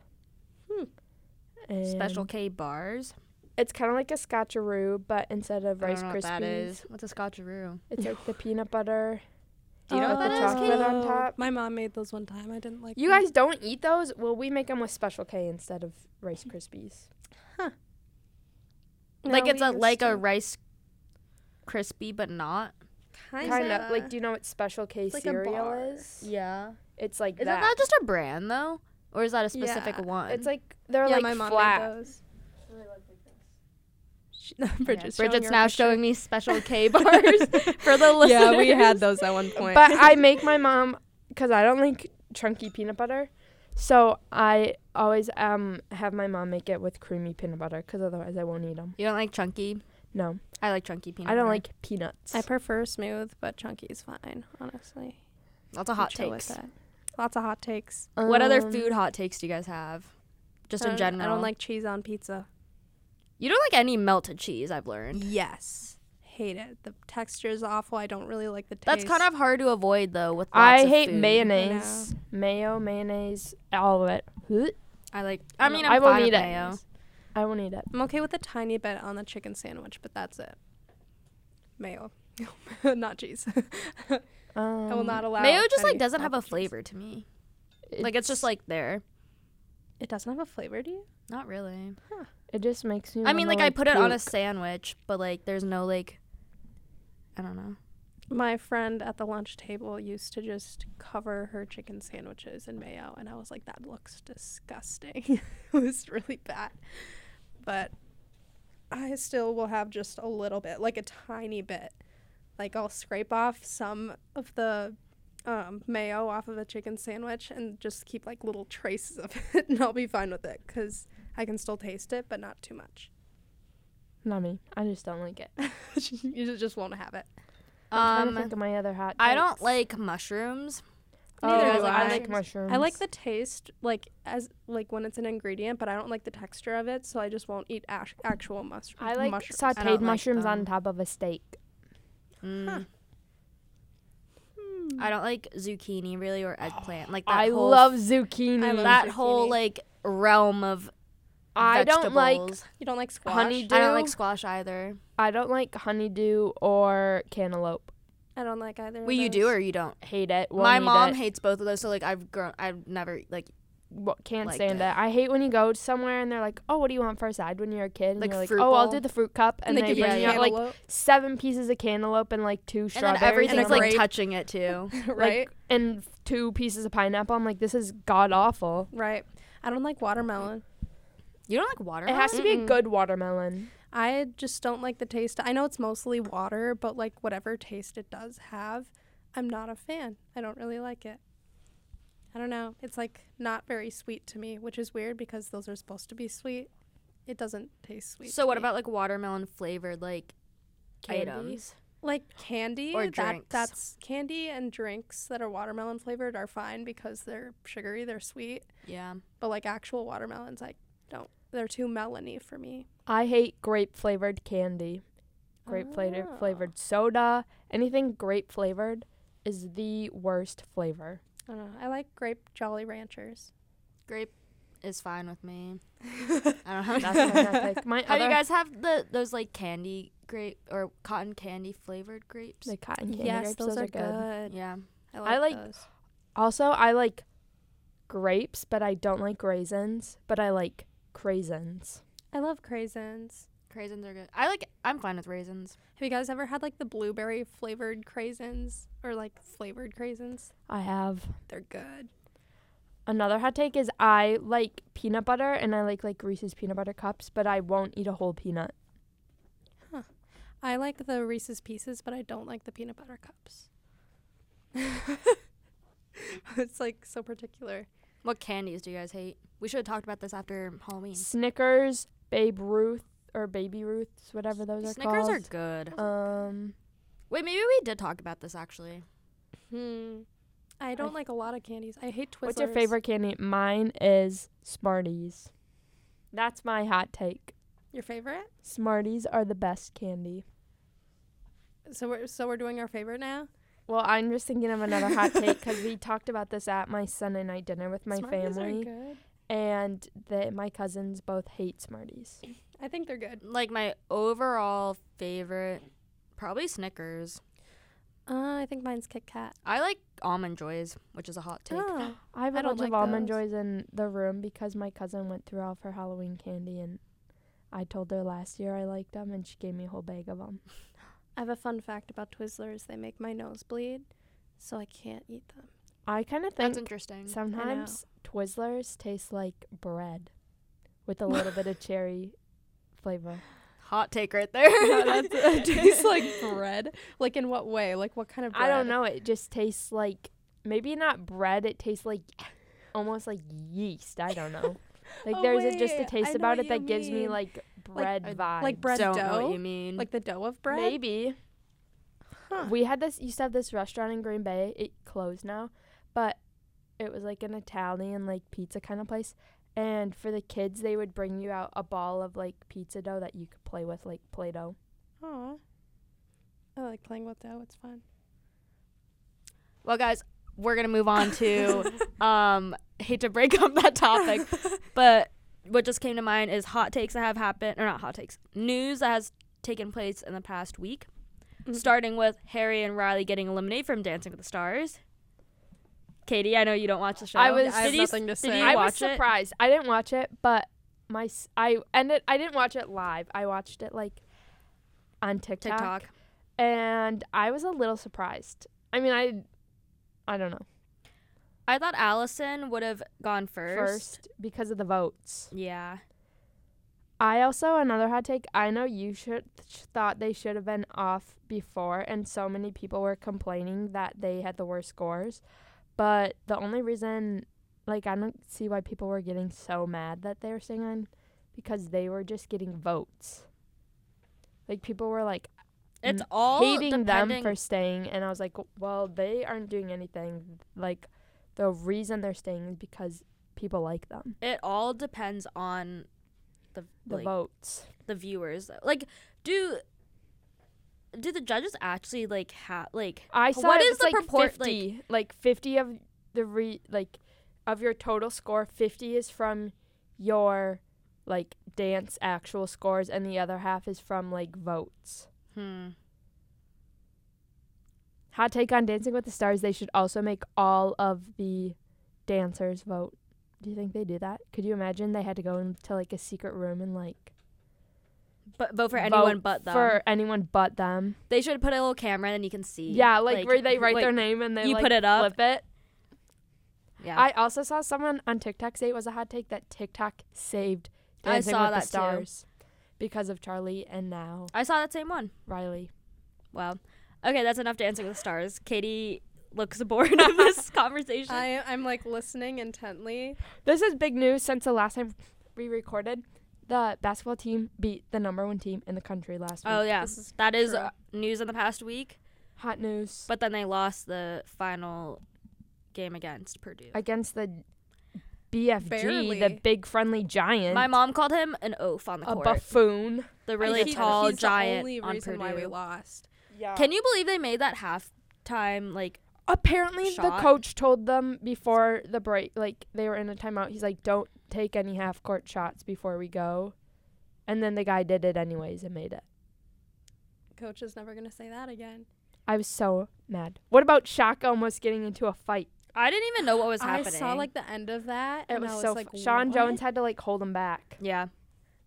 Hmm.
And
Special K bars.
It's kind of like a scotcheroo, but instead of
I
Rice
don't know
Krispies,
what that is. What's a scotcheroo?
it's like the peanut butter.
Do you know what
Oh.
that
The
is?
chocolate
Katie?
on top.
My mom made those one time. I didn't like
You
them.
guys don't eat those? Well, we make them with Special K instead of Rice Krispies.
No,
like it's
we
a
used
like
to.
a rice crispy, but not.
kind
Kind of like, do you know what Special K
Uh, It's like a
cereal
bar.
is?
Yeah.
It's like
Isn't
that.
that just a brand though, or is that a specific
Yeah.
one?
It's like they're
yeah,
like
my mom made
flat.
those. She,
Yeah,
Bridget's,
Bridget's
her
now
picture.
showing me special K bars for the listeners.
Yeah, we had those at one point.
But I make my mom because I don't like chunky peanut butter, so I always um have my mom make it with creamy peanut butter because otherwise I won't eat them.
You don't like chunky?
No,
I like chunky peanut.
I don't
butter.
like peanuts.
I prefer smooth, but chunky is fine. Honestly,
Lots of
I'm
hot
chill with
takes.
that. Lots of hot takes. Um,
What other
Um,
food hot takes do you guys have? Just
I
in
don't-
general.
I don't like cheese on pizza.
You don't like any melted cheese. I've learned.
Yes, hate it. The texture is awful. I don't really like the taste.
That's kind of hard to avoid though. With lots
I
of
hate
food.
mayonnaise, mayo, mayonnaise, all of it. Blech.
I like. I mean, I'm
I won't
fine
eat
with
it.
mayo.
I won't eat it.
I'm okay with a tiny bit on the chicken sandwich, but that's it. Mayo, not cheese.
Um,
I will not allow
Mayo just
any
like doesn't have a
melted cheese.
flavor to me. Like it's just like there.
It doesn't have a flavor to you.
Not really.
it just makes me.
I mean,
wanna,
like, I put it on a
puke.
sandwich, but like there's no like. I don't know.
My friend at the lunch table used to just cover her chicken sandwiches in mayo, and I was like, that looks disgusting. it was really bad. But I still will have just a little bit, like a tiny bit. Like I'll scrape off some of the um, mayo off of a chicken sandwich and just keep like little traces of it, and I'll be fine with it because I can still taste it, but not too much.
Not me. I just don't like it.
you just- just won't have it.
I'm trying to
Um,
think of my other hot.
I don't
takes.
like mushrooms.
Oh,
Neither
do
I
I.
like mushrooms.
I like the taste, like as like when it's an ingredient, but I don't like the texture of it, so I just won't eat ash- actual mush-
I like
mushrooms.
I
sautéed
don't like
mushrooms on
them.
top of a steak.
Mm.
Hmm.
I don't like zucchini really or eggplant. Like that
I
whole
love zucchini.
I love
that
zucchini.
whole like realm of
I don't like
vegetables.
you don't like squash.
honey-
I don't like
do.
squash either.
I don't like honeydew or cantaloupe.
I don't like either.
Well, you do or you don't.
Hate it.
My
won't eat
mom
it,
hates both of those, so like I've grown. I've never like
wo- can't
liked
stand
it.
it. I hate when you go somewhere and they're like, "Oh, what do you want for a side?" When you're a kid, and
Like
you're like,
fruit
"Oh, I'll
bowl.
do the fruit cup," and,
And they
they,
give you
yeah,
bring
yeah.
you out like seven pieces of cantaloupe and like two
and then
strawberries,
everything's
I'm
like
grape.
touching it too.
right?
and f- two pieces of pineapple. I'm like, this is god awful.
Right. I don't like watermelon.
You don't like
It
watermelon?
has to be a
Mm-mm.
good watermelon.
I just don't like the taste. I know it's mostly water, but like whatever taste it does have, I'm not a fan. I don't really like it. I don't know. It's like not very sweet to me, which is weird because those are supposed to be sweet. It doesn't taste sweet.
so
to
what
me.
about like watermelon flavored like
Candy?
items?
like candy
Or
that-
drinks.
that's candy and drinks that are watermelon flavored are fine because they're sugary, they're sweet.
Yeah.
But like actual watermelons, I don't. They're too melony for me.
I hate grape flavored candy. Grape flavored
Ah.
Oh.
flavored soda. Anything grape flavored is the worst flavor.
I don't know. I like grape Jolly Ranchers.
Grape is fine with me. I don't have.
That's my hot take. My
How do
other
you guys have the those like candy grape or cotton candy flavored grapes?
the cotton candy
yes,
grapes,
those, are, good.
yeah.
I like,
like-
those.
Also, I like grapes, but I don't like raisins. But I like craisins.
I love craisins.
Craisins are good. I like. I'm fine with raisins.
Have you guys ever had like the blueberry flavored craisins or like flavored craisins?
I have
They're good.
another hot take is I like peanut butter and I like like Reese's peanut butter cups, but I won't eat a whole peanut.
I like the Reese's pieces, but I don't like the peanut butter cups. it's like so particular.
What candies do you guys hate? We should have talked about this after Halloween.
Snickers, Babe Ruth or Baby Ruths, whatever those are
Snickers are
called.
good.
Um,
Wait, maybe we did talk about this actually.
Hmm. I don't like a lot of candies. I hate Twizzlers.
what's your favorite candy? Mine is Smarties. That's my hot take.
Your favorite?
Smarties are the best candy.
So we're so we're doing our favorite now.
Well, I'm just thinking of another hot take because we talked about this at my Sunday night dinner with my
Smarties Are
family,
good.
and they, my cousins both hate Smarties.
I think they're good.
Like my overall favorite, probably Snickers.
Uh, I think mine's Kit Kat.
I like almond joys, which is a hot take.
Oh,
I have a
I don't
bunch of
like
almond
those.
joys in the room because my cousin went through all of her Halloween candy, and I told her last year I liked them, and she gave me a whole bag of them.
I have a fun fact about Twizzlers. They make my nose bleed, so I can't eat them.
I kind of
That's
think
interesting.
sometimes Twizzlers taste like bread with a little bit of cherry flavor.
Hot take right there.
it tastes like bread. Like in what way? Like what kind of bread?
I don't know. It just tastes like maybe not bread. It tastes like almost like yeast. I don't know. Like
Oh,
there's a, just a
wait, I
taste
know
about
what
it that
you
gives me
mean.
like bread
a-
vibe.
like bread
Don't know
dough.
what you mean.
Like the dough of bread.
Maybe.
Huh.
We had this used to have this restaurant in Green Bay. It closed now, but it was like an Italian like pizza kind of place. And for the kids, they would bring you out a ball of like pizza dough that you could play with, like Play Doh.
Aw. I like playing with dough. It's fun.
well, guys, we're gonna move on to. um, hate to break up that topic, but what just came to mind is hot takes that have happened, or not hot takes, news that has taken place in the past week.
Mm-hmm.
Mhm.
Starting with Harry and Riley getting eliminated from Dancing with the Stars. Katie, I know you don't watch the show.
I was-
Did
I have
you-
nothing to
did
say.
you
I was
watch it?
surprised. I didn't watch it, but my s- I ended. I didn't watch it live. I watched it like on TikTok,
TikTok.
and I was a little surprised. I mean, I I don't know
I thought Allison would have gone first.
first because of the votes.
Yeah.
I also another hot take. I know you should sh- thought they should have been off before, and so many people were complaining that they had the worst scores. But the only reason, like, I don't see why people were getting so mad that they were singing, because they were just getting votes. Like people were like
It's
Mm,
all
hating them
depending-
for staying, and I was like, well, they aren't doing anything. Like the reason they're staying is because people like them.
It all depends on the
The
like,
votes.
the viewers. Like, do do the judges actually like have like
I saw
What
it
is
was
the
like
purport- like-
fifty, like, fifty of the re like of your total score. Fifty is from your like dance actual scores, and the other half is from like votes.
hmm
Hot take on Dancing with the Stars: They should also make all of the dancers vote. Do you think they do that? Could you imagine they had to go into like a secret room and like
but vote for anyone
vote
but them?
for anyone but them?
they should put a little camera and you can see.
Yeah, like, where they write their
like,
name and they
you
like,
put it up.
flip it.
Yeah,
I also saw someone on TikTok say it was a hot take that TikTok saved
I
Dancing
saw
with
that
the
too.
Stars because of Charlie and now
I saw that same one.
Riley.
Wow. Okay, that's enough dancing with the stars. Katie looks bored of this conversation.
I, I'm like listening intently.
This is big news since the last time we recorded. The basketball team beat the number one team in the country last week.
oh yeah,
This is
that is
true.
uh, news in the past week.
Hot news
But then they lost the final game against Purdue.
against the BFG, the
Barely.
big friendly giant.
My mom called him an oaf on the
a
court.
buffoon.
the really
I- he-
tall
he's
giant
The only
on
reason
Purdue.
why we lost.
Yeah.
Can you believe they made that halftime like
Apparently, the
Shot.
coach told them before the break, like they were in a timeout. He's like, "Don't take any half court shots before we go," and then the guy did it anyways and made it.
Coach is never gonna say that again.
I was so mad. What about Shaq almost getting into a fight?
I didn't even know what was
I
happening.
saw like the end of that,
It
and
was,
I was
so.
like,
fu- Sean
what?
Jones had to like hold him back.
yeah.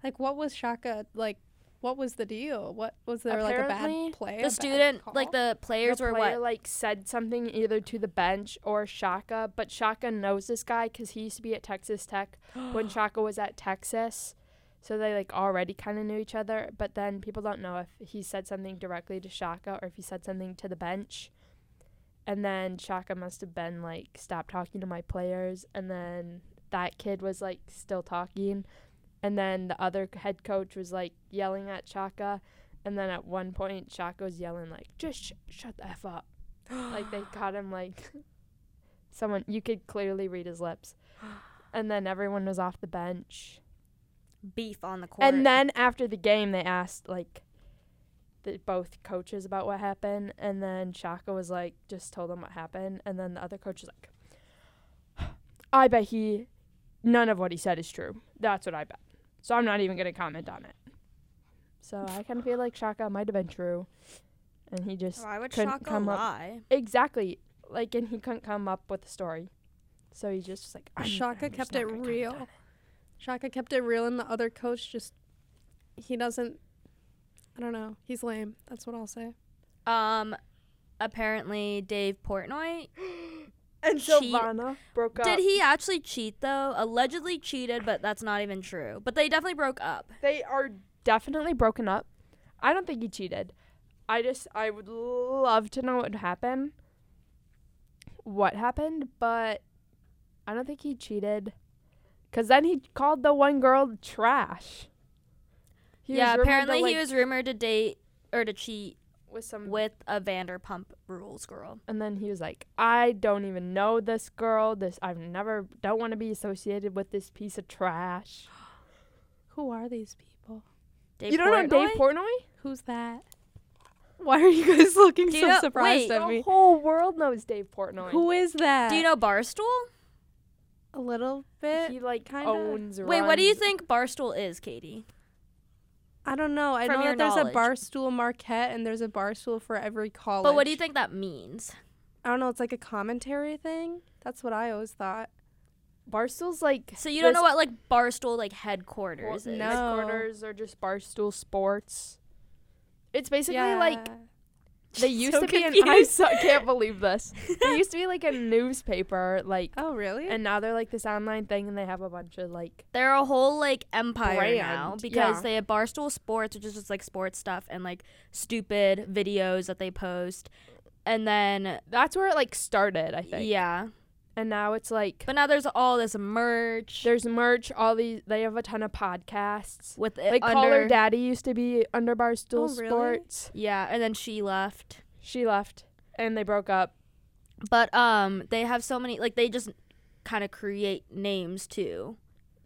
Like, what was Shaka like? What was the deal? What was there
Apparently,
like a bad play? a
The
bad
student
call?
like the players
the
were
player
what?
like said something either to the bench or Shaka, but Shaka knows this guy because he used to be at Texas Tech when Shaka was at Texas, so they like already kind of knew each other. But then people don't know if he said something directly to Shaka or if he said something to the bench, and then Shaka must have been like, "Stop talking to my players," and then that kid was like still talking, and then the other head coach was like yelling at Shaka. And then at one point, Shaka was yelling like, "Just sh- shut the f up!" like they caught him like someone you could clearly read his lips. And then everyone was off the bench.
beef on the court.
And then after the game, they asked like the, both coaches about what happened. And then Shaka was like, just told them what happened. And then the other coach was like, "I bet he, none of what he said is true. That's what I bet. So I'm not even gonna comment on it." So I kind of feel like Shaka might have been true, and he just
why Oh, would
couldn't
Shaka
come up-
lie?
Exactly. Like, and he couldn't come up with a story. So he just was like, I'm,
Shaka
I'm just
kept
not
it
gonna comment on
real. Shaka kept it real, and the other coach just he doesn't. I don't know. He's lame. That's what I'll say.
Um apparently Dave Portnoy
And
Cheat.
Silvana broke up.
did he actually cheat though? Allegedly cheated, but that's not even true. But they definitely broke up.
They are definitely broken up. I don't think he cheated. I just, I would love to know what would happen. What happened, but I don't think he cheated. Because then he called the one girl trash. He
yeah,
was rumored to,
apparently
like,
he was rumored to date or to cheat
with some
with a Vanderpump Rules girl.
And then he was like, I don't even know this girl. This I've never don't want to be associated with this piece of trash.
Who are these people?
Dave
you don't know Dave Portnoy?
Who's that? Why are you guys looking
Do you
so
know-
surprised
wait.
at me?
The whole world knows Dave Portnoy.
Who is that?
Do you know Barstool?
a little bit?
he like
kinda-
owns
Wait, what do you
runs-
think Barstool is, Katie?
I don't know. I
From
know
your
that there's
knowledge.
a barstool Marquette and there's a barstool for every college.
But what do you think that means?
I don't know. It's like a commentary thing. That's what I always thought.
Barstool's like
So you don't know
This-
what like Barstool like headquarters is.
no.
headquarters or just Barstool Sports. It's basically like They used
so
to be an I
confused.
so, can't believe this. There used to be like a newspaper, like,
Oh, really?
and now they're like this online thing, and they have a bunch of like
They're a whole like empire now
Brand,
because
yeah.
they have Barstool Sports, which is just like sports stuff and like stupid videos that they post, and then
that's where it like started, I think.
yeah,
And now it's like
but now there's all this merch
there's merch. All these they have a ton of podcasts.
with it
Like
under
Caller Daddy used to be under Barstool
Oh, really?
Sports.
yeah, and then she left.
She left, and they broke up.
But um, they have so many like they just kind of create names too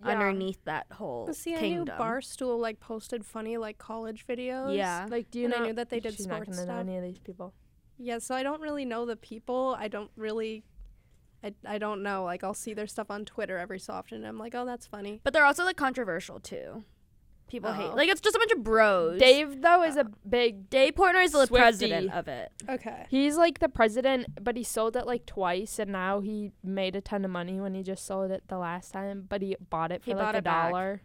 underneath that whole
Well, See,
kingdom.
I knew Barstool like posted funny like college videos.
yeah,
Like, do you
and
know?
I knew that they did
She's not
sports
gonna know
stuff.
any of these people.
Yeah, so I don't really know the people. I don't really, I, I don't know. Like I'll see their stuff on Twitter every so often. And I'm like, oh, that's funny.
but they're also like controversial too. People hate
Oh.
like it's just a bunch of bros.
Dave though is a big.
Dave Portnoy is the
Swiftie.
president of it.
Okay.
He's like the president, but he sold it like twice, and now he made a ton of money when he just sold it the last time. But he bought it for
He
like
bought
a
it back.
dollar.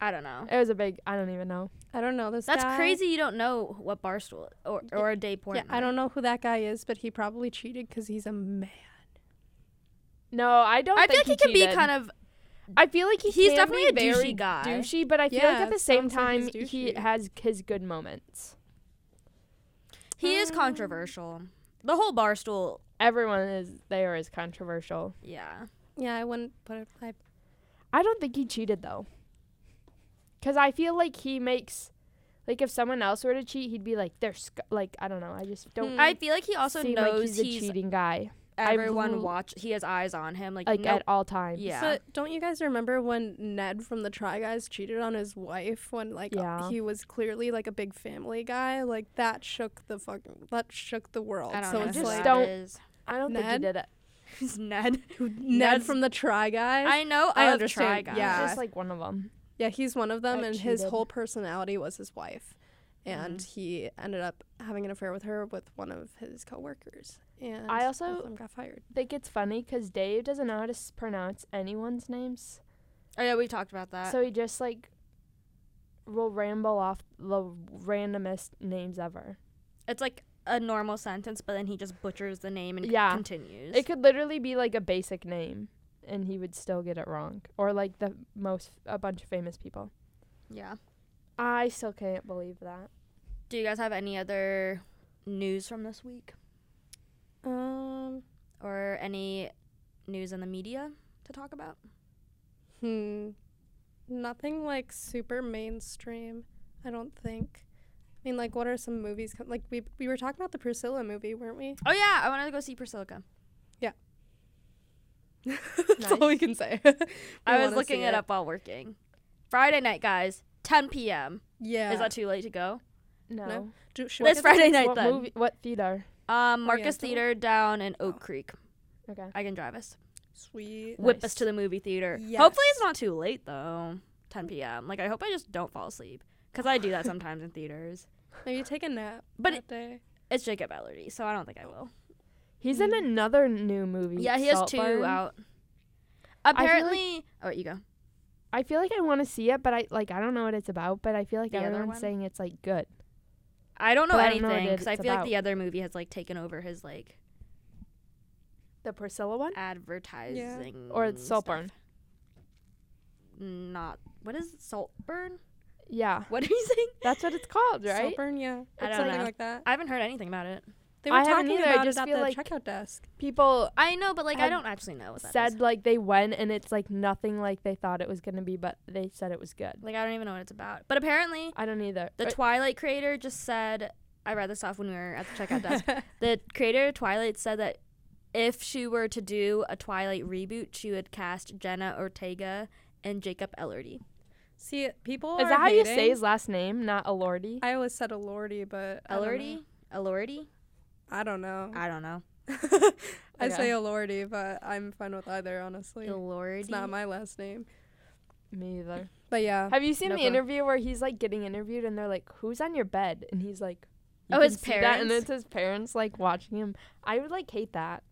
I don't know.
It was a big. I don't even know.
I don't know this.
That's
guy.
crazy. You don't know what barstool or or a day porn.
Yeah, I don't know who that guy is, but he probably cheated because he's a man.
No, I don't.
I feel
think
like he could be
cheated.
kind of
I feel like he
He's
can
definitely
be
a douchey
very
guy.
douchey, but I feel like
Yeah,
at the
it
same
sounds like
time
he's
he
douchey.
has his good moments.
he is
Um,
controversial. The whole barstool.
Everyone is there is controversial.
Yeah.
Yeah, I wouldn't put it. I,
I don't think he cheated though, because I feel like he makes, like if someone else were to cheat, he'd be like they're sc-, like I don't know. I just don't.
Hmm.
I feel like he also
seem like
knows
he's a
he's,
cheating guy, I
everyone
blew-
watch. He has eyes on him. Like,
like
nope.
at all times.
Yeah.
So don't you guys remember when Ned from the Try Guys cheated on his wife when like uh,
Yeah.
he was clearly like a big family guy? Like that shook the fucking that shook the world.
I don't
so
know.
it's
who
Just
like
that
don't-
is.
I don't think he
Ned?
did it.
Who's Ned?
Ned
Ned's-
from the Try Guys.
I know.
I
of Try
understand,
Guys.
yeah.
He's just like one of them.
Yeah, he's one of them,
I
and his
cheated.
whole personality was his wife. And he ended up having an affair with her with one of his coworkers. And
I
both
also-
of them got fired.
Think it's funny because Dave doesn't know how to s- pronounce anyone's names.
Oh yeah, we talked about that.
So he just like will ramble off the randomest names ever.
it's like a normal sentence, but then he just butchers the name and c-
Yeah.
continues.
It could literally be like a basic name and he would still get it wrong or like the most a bunch of famous people.
yeah.
I still can't believe that.
Do you guys have any other news from this week
Um,
or any news in the media to talk about?
hmm. Nothing like super mainstream, I don't think. I mean, like, what are some movies? Com- like, we, we were talking about the Priscilla movie, weren't we?
Oh yeah, I wanted to go see Priscilla.
That's all we can say. We
I was
wanna
looking
see
it up while working. Friday night, guys, 10 p.m.
Yeah.
Is that too late to go?
No.
No. Do- should we
This
get the-
Friday night
what
then.
movie what theater?
Um,
Oh, yeah,
Marcus
so-
Theater down in Oak Creek.
Okay.
I can drive us.
Sweet.
Whip us
Nice.
to the movie theater.
Yes.
Hopefully it's not too late though. 10 p.m. Like I hope I just don't fall asleep because I do that sometimes in theaters.
Maybe take a nap
But
that day.
It's Jacob Elordi, so I don't think I will.
He's in another new movie.
Yeah, he has two
Saltburn.
out.
feel like-
Apparently, oh, you go.
I feel like I want to see it, but I like I don't know what it's about. But I feel like
The other
everyone's
one?
saying it's like good.
I don't know
But I don't know
anything
what
because I
it's
feel like the other movie has like taken over his like
The Priscilla one
advertising
or it's
stuff.
Saltburn.
Not what is it? Saltburn?
Yeah,
What are you saying?
that's what it's called, right?
Saltburn, yeah.
I
It's
don't
something
know.
like that.
I haven't heard anything about it.
They were
I haven't
talking
either, I
about
just
it at
feel
the
like
checkout desk.
People
I know, but like I
Had
don't actually know what that is.
said like they went and it's like nothing like they thought it was gonna be, but they said it was good.
Like I don't even know what it's about. But apparently,
I don't either.
the
Or-
Twilight creator just said. I read this off when we were at the checkout desk. The creator of Twilight said that if she were to do a Twilight reboot, she would cast Jenna Ortega and Jacob Elordi.
See, people
is
are
that how you say
hating.
his last name, not Alordi?
I always said Elordi, but I don't know.
Elordi? Ah. Elordi?
I don't know.
I don't know.
I
Okay.
say Elordi, but I'm fine with either. Honestly,
Elordi.
it's not my last name.
Me either.
But yeah,
Have you seen
No
the
clue.
interview where he's like getting interviewed and they're like, "Who's on your bed?" and he's like, you
Oh,
can
his
see that, and
parents?
it's his parents like watching him. I would like hate that.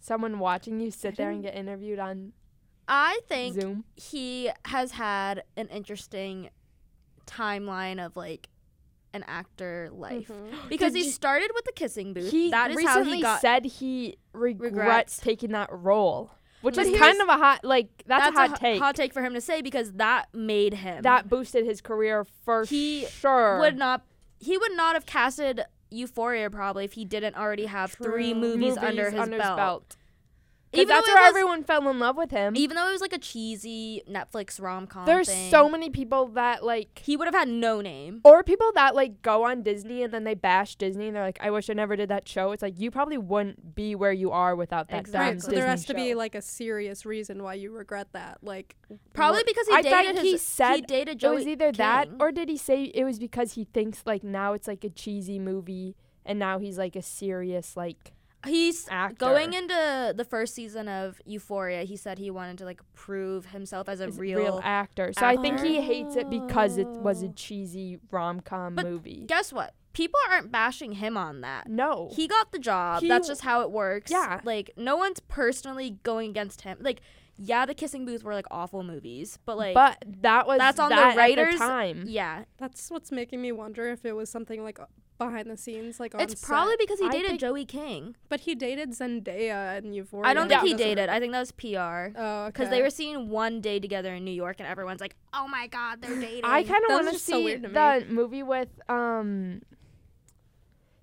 Someone watching you sit there and get interviewed on
I think
Zoom.
he has had an interesting timeline of like an actor life
Mhm.
because
Did
he
you-
started with the kissing booth.
He
that is how
recently
he got.
said he regrets,
Regrets.
taking that role, which
But
is
here's-
kind of a hot like that's, a hot
ho-
take.
Hot take for him to say because that made him.
that boosted his career for
Um, He
sure.
would not. He would not have casted Euphoria probably if he didn't already have three
True.
movies, under his belt.
'Cause
Even
that's
though it
where
was-
everyone fell in love with him.
Even though it was like a cheesy Netflix rom com.
There's so many people that like
He would have had no name.
or people that like go on Disney and then they bash Disney and they're like, I wish I never did that show. It's like you probably wouldn't be where you are without that
Exactly.
dumb
Right, so
Disney
there has to be
show.
like a serious reason why you regret that. Like,
Probably because he
I thought
dated his.
he said
dated
it
Joey.
was either that
King.
or did he say it was because he thinks like now it's like a cheesy movie and now he's like a serious like
he's
actor.
Going into the first season of Euphoria, he said he wanted to like prove himself as a
He's
real,
actor. So I think he hates it because it was a
Oh.
cheesy rom com
But
movie.
Guess what? People aren't bashing him on that.
No.
He got the job.
He-
That's just how it works.
Yeah.
Like no one's personally going against him. Like yeah, the Kissing Booth were like awful movies, but like
but that was
that's on the
that at
writers-
time.
yeah,
that's what's making me wonder if it was something like uh, behind the scenes, like on
it's
set.
probably because he
I
dated
think-
Joey King.
But he dated Zendaya and Euphoria.
I don't think
That
he
doesn't-
dated. I think that was PR.
Oh,
Because
okay.
they were seen one day together in New York, and everyone's like, "Oh my God, they're dating."
I kind of
That
want
was
to
just so
see
weird to me.
the movie with um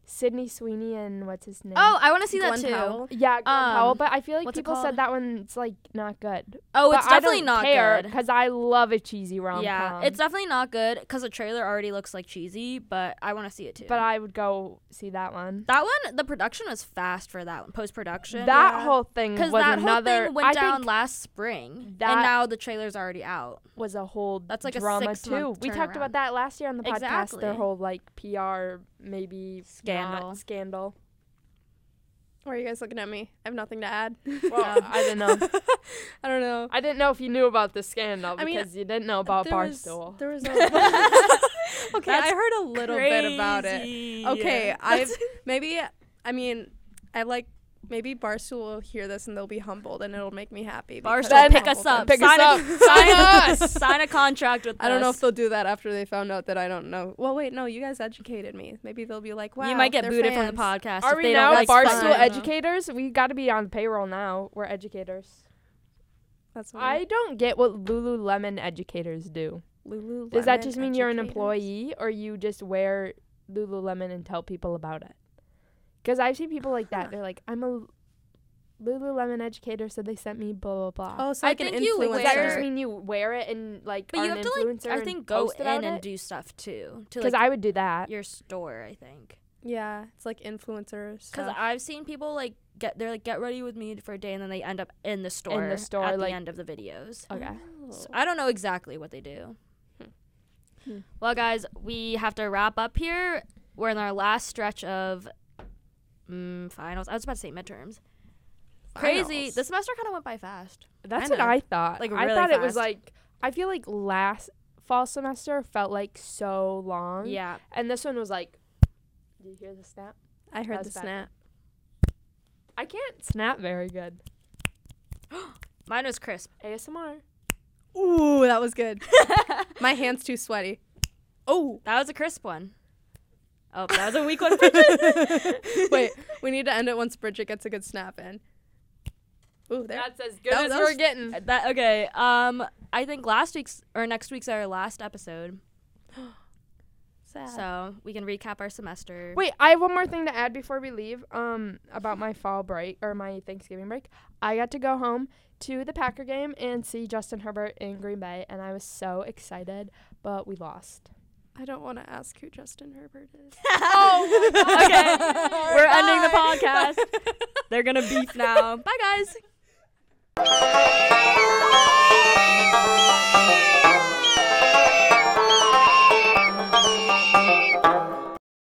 Sydney Sweeney and what's his name?
Oh, I want to see
Gwen
that too.
Powell.
yeah, Glenn Powell.
um,
But I feel like
what's it
people
called?
said that one's like not good.
Oh,
But
it's definitely
I don't
not
care
good.
because I love a cheesy rom com.
Yeah, it's definitely not good because the trailer already looks like cheesy, but I want to see it too.
But I would go see that one.
that one, the production was fast for that one, post production.
That
Yeah.
whole thing was
because that
another.
whole thing went
I
down
think
last spring, and
that-
now the trailer's already out.
was a whole
That's like a
drama too.
six-month
We talked
turnaround.
about that last year on the podcast.
Exactly.
Their whole like PR maybe not
Scandal.
scandal.
Why are you guys looking at me? I have nothing to add.
Well, I don't know.
I don't know.
I didn't know if you knew about the scandal
I mean,
because you didn't know about
There was-
Barstool.
there was a okay.
That's
I heard a little bit about it. Okay, I've maybe I mean I like maybe Barstool will hear this and they'll be humbled and it'll make me happy. because
Barstool,
I'm
pick us
humbled.
up.
Pick us
sign
up.
A,
Sign
sign
us.
sign a contract with
I don't know if
us.
they'll do that after they found out that I don't know. Well, wait, no, you guys educated me. Maybe they'll be like, "Wow,
you might get
they're
booted from
fans."
the podcast.
Are
if
we
they don't
now
like
Barstool
Spongebob.
educators? We got to be on payroll now. We're educators.
That's what
I don't get what Lululemon educators do.
Lululemon.
Does that just mean you're an
educators.
employee or you just wear Lululemon and tell people about it? Because I've seen people like that.
Huh.
They're like, I'm a Lululemon educator, so they sent me blah, blah, blah.
Oh, so
I
I can
think you
Does that just
wear-
influence.
mean you wear it and like
But
are
you have
an
to
influencer?
like I
and
think go
post
in
about
and
it?
do stuff too to
'Cause
like
I would do that.
your store. I think.
Yeah, it's like influencers.
Because I've seen people like get they're like get ready with me for a day, and then they end up in the store
store,
at
like-
the end of the videos.
Okay.
Oh.
So I don't know exactly what they do. Well, guys, we have to wrap up here. We're in our last stretch of mm, finals. I was about to say midterms. Crazy. The semester kind of went by fast.
That's
Kind
what
of.
I thought.
Like,
I
really
thought it was
fast.
like I feel like last fall semester felt like so long.
Yeah.
And this one was like Did you hear the snap?
I
That
heard the
was bad.
snap.
I can't snap very good.
Mine was crisp.
ASMR.
Ooh, that was good. My hand's too sweaty. Oh,
That was a crisp one. Oh, that was a weak one. Bridget.
wait. We need to end it once Bridget gets a good snap in. Ooh, there.
That's as good
That-
as
that
we're
was-
getting.
Uh, That okay. Um, I think last week's or next week's our last episode,
Sad.
so we can recap our semester.
Wait, I have one more thing to add before we leave. Um, about my fall break or my Thanksgiving break, I got to go home to the Packer game and see Justin Herbert in Green Bay, and I was so excited, but we lost.
I don't want to ask who Justin Herbert is.
oh,
okay, we're ending the podcast. They're gonna beef now. Bye, guys.